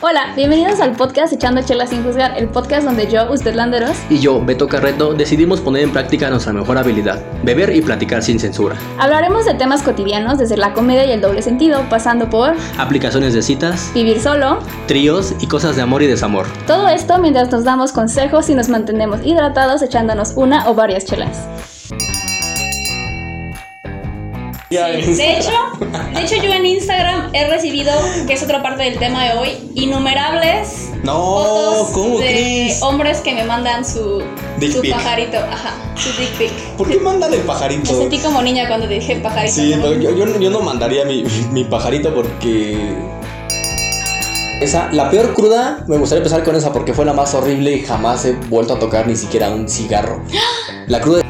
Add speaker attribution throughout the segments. Speaker 1: Hola, bienvenidos al podcast Echando Chela sin Juzgar, el podcast donde yo, usted Landeros,
Speaker 2: y yo, Beto Carreto, decidimos poner en práctica nuestra mejor habilidad, beber y platicar sin censura.
Speaker 1: hablaremos de temas cotidianos desde la comedia y el doble sentido, pasando por
Speaker 2: Aplicaciones de citas,
Speaker 1: vivir solo,
Speaker 2: tríos y cosas de amor y desamor.
Speaker 1: todo esto mientras nos damos consejos y nos mantenemos hidratados echándonos una o varias chelas.
Speaker 2: Ya
Speaker 3: De hecho, de hecho yo en Instagram he recibido, que es otra parte del tema de hoy, innumerables
Speaker 2: No,
Speaker 3: fotos
Speaker 2: ¿cómo
Speaker 3: de
Speaker 2: crees?
Speaker 3: hombres que me mandan su,
Speaker 4: Oh, Dick
Speaker 3: su
Speaker 4: pic.
Speaker 3: pajarito, ajá, su dick pic.
Speaker 4: ¿Por qué mandan el
Speaker 3: Me
Speaker 4: pajarito?
Speaker 3: sentí como niña cuando te dije pajarito.
Speaker 4: Sí,
Speaker 3: ¿no?
Speaker 4: pero yo, yo, yo no mandaría mi, mi pajarito porque. Esa, la peor cruda, me gustaría empezar con esa porque fue la más horrible y jamás he vuelto a tocar ni siquiera un cigarro. La cruda. de-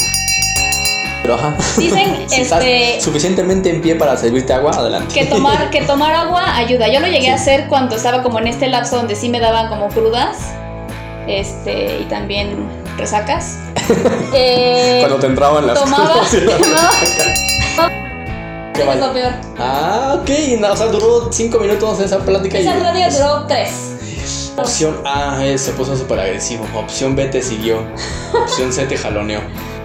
Speaker 4: Pero ajá.
Speaker 3: Dicen
Speaker 4: Si estás
Speaker 3: este,
Speaker 4: suficientemente en pie para servirte agua, adelante.
Speaker 3: que, tomar, que tomar agua ayuda. Yo lo llegué a hacer cuando estaba como en este lapso donde sí me daban como crudas este, y también resacas. Eh,
Speaker 4: Cuando te entraban las
Speaker 3: tomaba,
Speaker 4: crudas, era-
Speaker 3: tomaba,
Speaker 4: Qué
Speaker 3: es
Speaker 4: mal.
Speaker 3: lo peor.
Speaker 4: Ah, ok. no, o sea, duró 5 minutos esa plática y.
Speaker 3: Esa radio duró tres.
Speaker 4: Opción A eh, se puso súper agresivo. Opción B te siguió. Opción C te jaloneó.